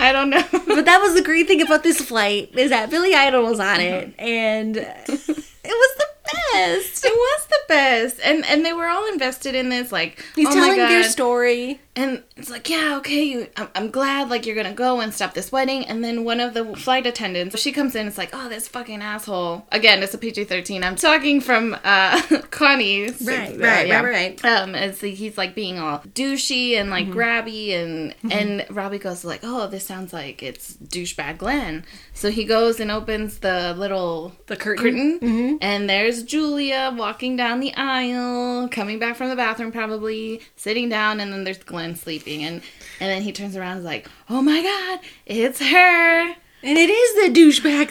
I don't know.
But that was the great thing about this flight is that Billy Idol was on it, and it was the best.
It was the best, and and they were all invested in this. Like
He's
oh my
telling
God.
their story.
and it's like yeah, okay, you, I'm, I'm glad like you're gonna go and stop this wedding. And then one of the flight attendants, she comes in, it's like oh this fucking asshole. Again, it's a PG-13. I'm talking from uh, <laughs> Connie.
Right,
Uh,
right, right, right. Mm-hmm.
Um, it's like he's like being all douchey and like grabby, and and Robbie goes like oh this sounds like it's douchebag Glenn. So he goes and opens the little
The curtain.
curtain, and there's Julia walking down the aisle, coming back from the bathroom, probably sitting down, and then there's Glenn sleeping, and and then he turns around, and is like, "Oh my God, it's her!"
And it is the douchebag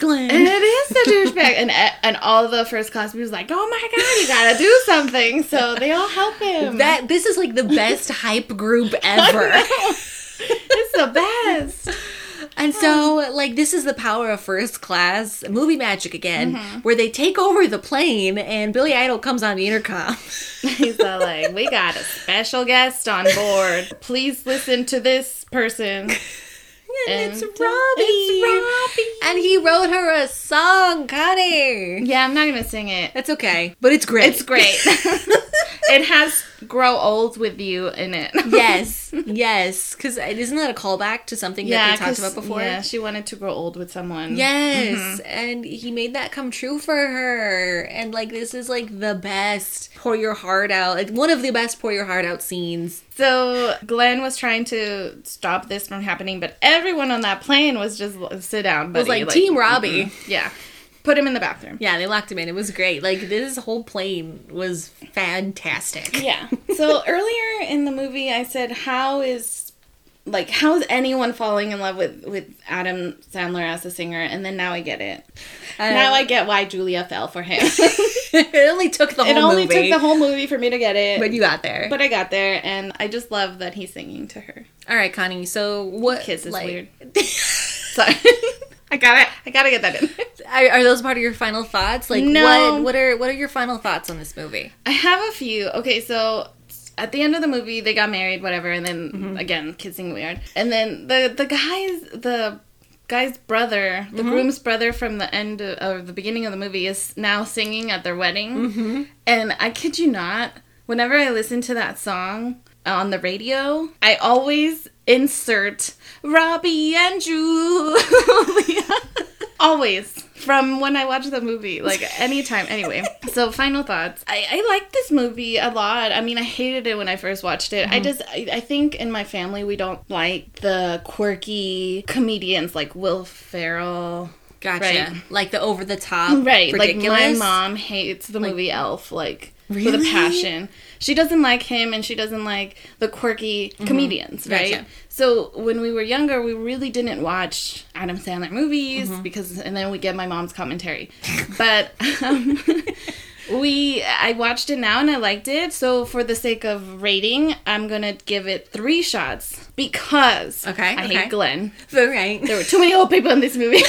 <laughs> And
land.
it is the douchebag, and eh, and all the first class people's like, "Oh my God, you gotta do something!" So they all help him. <laughs>
<laughs> That this is like the best hype group ever.
it's the best.
And so, like, this is the power of first class movie magic again, where they take over the plane and Billy Idol comes on the intercom. <laughs>
He's all like, "We got a special guest on board. Please listen to this person."
and it's Robbie.
And it's Robbie.
And he wrote her a song, Connie.
Yeah, I'm not gonna sing it.
That's okay, but it's great.
It's great. it has grow old with you in it.
<laughs> <laughs>
<laughs>
yes, yes. Because isn't that a callback to something that they talked
'cause-
about before?
Yeah, Mm-hmm. she wanted to grow old with someone.
Yes, and he made that come true for her. And like this is like the best pour your heart out, like one of the best pour your heart out scenes.
So Glenn was trying to stop this from happening, but everyone on that plane was just sit down. Buddy.
It was like, Team Robbie.
Yeah, put him in the bathroom.
Yeah, they locked him in. It was great. Like this whole plane was fantastic.
Yeah. So earlier in the movie, I said, "How is like how is anyone falling in love with with Adam Sandler as a singer?" And then now I get it. now I get why Julia fell for him.
Uh, Um, <laughs> it only took the
it
whole
only
movie.
took the whole movie for me to get it.
but you got there.
But I got there, and I just love that he's singing to her.
All right, Connie. So what?
Kiss is
like-
weird. Sorry, I gotta, I gotta get that in.
Are, are those part of your final thoughts? Like
No.
what? What are what are your final thoughts on
<laughs>
this movie?
I have a few. Okay, so at the end of the movie, they got married, whatever, and then again, kissing weird, and then the the guys, the guy's brother, the groom's brother from the end of, or the beginning of the movie is now singing at their wedding, and I kid you not, whenever I listen to that song on the radio, I always insert Robbie and <laughs> Julia. Always. From when I watch the movie, like anytime. Anyway, so final thoughts. I, I like this movie a lot. I mean, I hated it when I first watched it. I just, I, I think in my family, we don't like the quirky comedians like Will Ferrell.
Gotcha.
Right.
Like the over the top,
<laughs> Right.
Ridiculous.
Like, my mom hates the movie Elf, like, with
Really?
a passion. She doesn't like him and she doesn't like the quirky comedians, right?
Mm-hmm. Gotcha.
So when we were younger, we really didn't watch Adam Sandler movies
Mm-hmm.
because, and then we get my mom's commentary. but <laughs> um, we, I watched it now and I liked it. So for the sake of rating, I'm gonna give it three shots because
Okay,
I
okay.
hate Glenn.
All right.
There were too many old people in this <laughs> movie.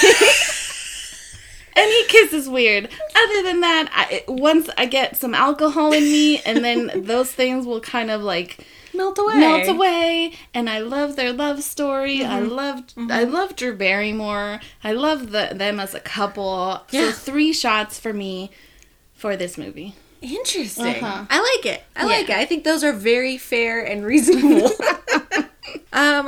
And he kisses weird. Other than that, I, it- once I get some alcohol in me, and <laughs> then those things will kind of like
melt away.
melt away. And I love their love story. I loved, I love Drew Barrymore. I love the, them as a couple.
Yeah.
So three shots for me for this movie.
Interesting.
Uh-huh.
I like it. I
Yeah.
like it. I think those are very fair and reasonable.
<laughs>
um,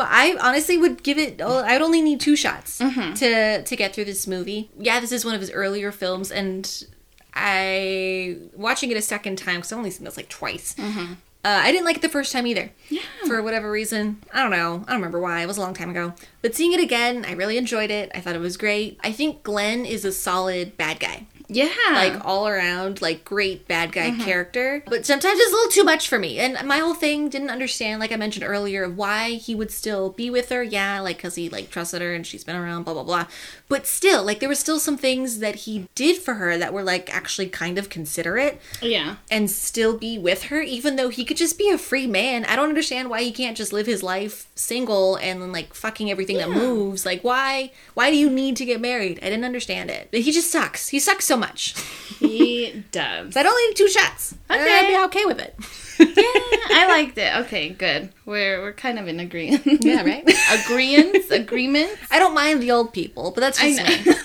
I honestly would give it. oh, I would only need two shots
Mm-hmm.
to to get through this movie. Yeah, this is one of his earlier films, and I watching it a second time because I've only seen this like twice.
Mm-hmm.
Uh, I didn't like it the first time either. Yeah. For whatever reason. I don't know. I don't remember why. It was a long time ago. But seeing it again, I really enjoyed it. I thought it was great. I think Glenn is a solid bad guy
Yeah,
like all around like great bad guy character but sometimes it's a little too much for me and my whole thing didn't understand like i mentioned earlier why he would still be with her yeah like because he like trusted her and she's been around blah blah blah but still like there were still some things that he did for her that were like actually kind of considerate
yeah.
and still be with her even though he could just be a free man i don't understand why he can't just live his life single and like fucking everything that moves like why why do you need to get married i didn't understand it he just sucks he sucks so much
He does. <laughs>
so I'd only need two shots. Okay.
Okay.
I'd be okay with it.
yeah, I liked it. Okay, good. We're we're kind of in agreement. <laughs>
Yeah, right?
Agreements, agreements.
<laughs> I don't mind the old people, but that's just me.
<laughs>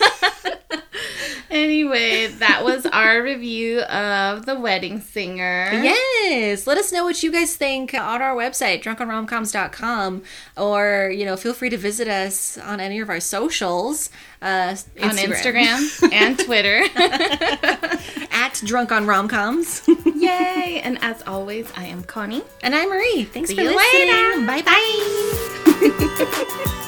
Anyway, that was our review of The Wedding Singer.
Yes. Let us know what you guys think on our website, drunkonromcoms.com, or, you know, feel free to visit us on any of our socials. Uh,
On Instagram and Twitter.
<laughs> at Drunk on Romcoms.
<laughs> Yay! And as always, I am Connie.
and I'm Marie. Thanks
See
for
you
listening.
later.
Bye bye.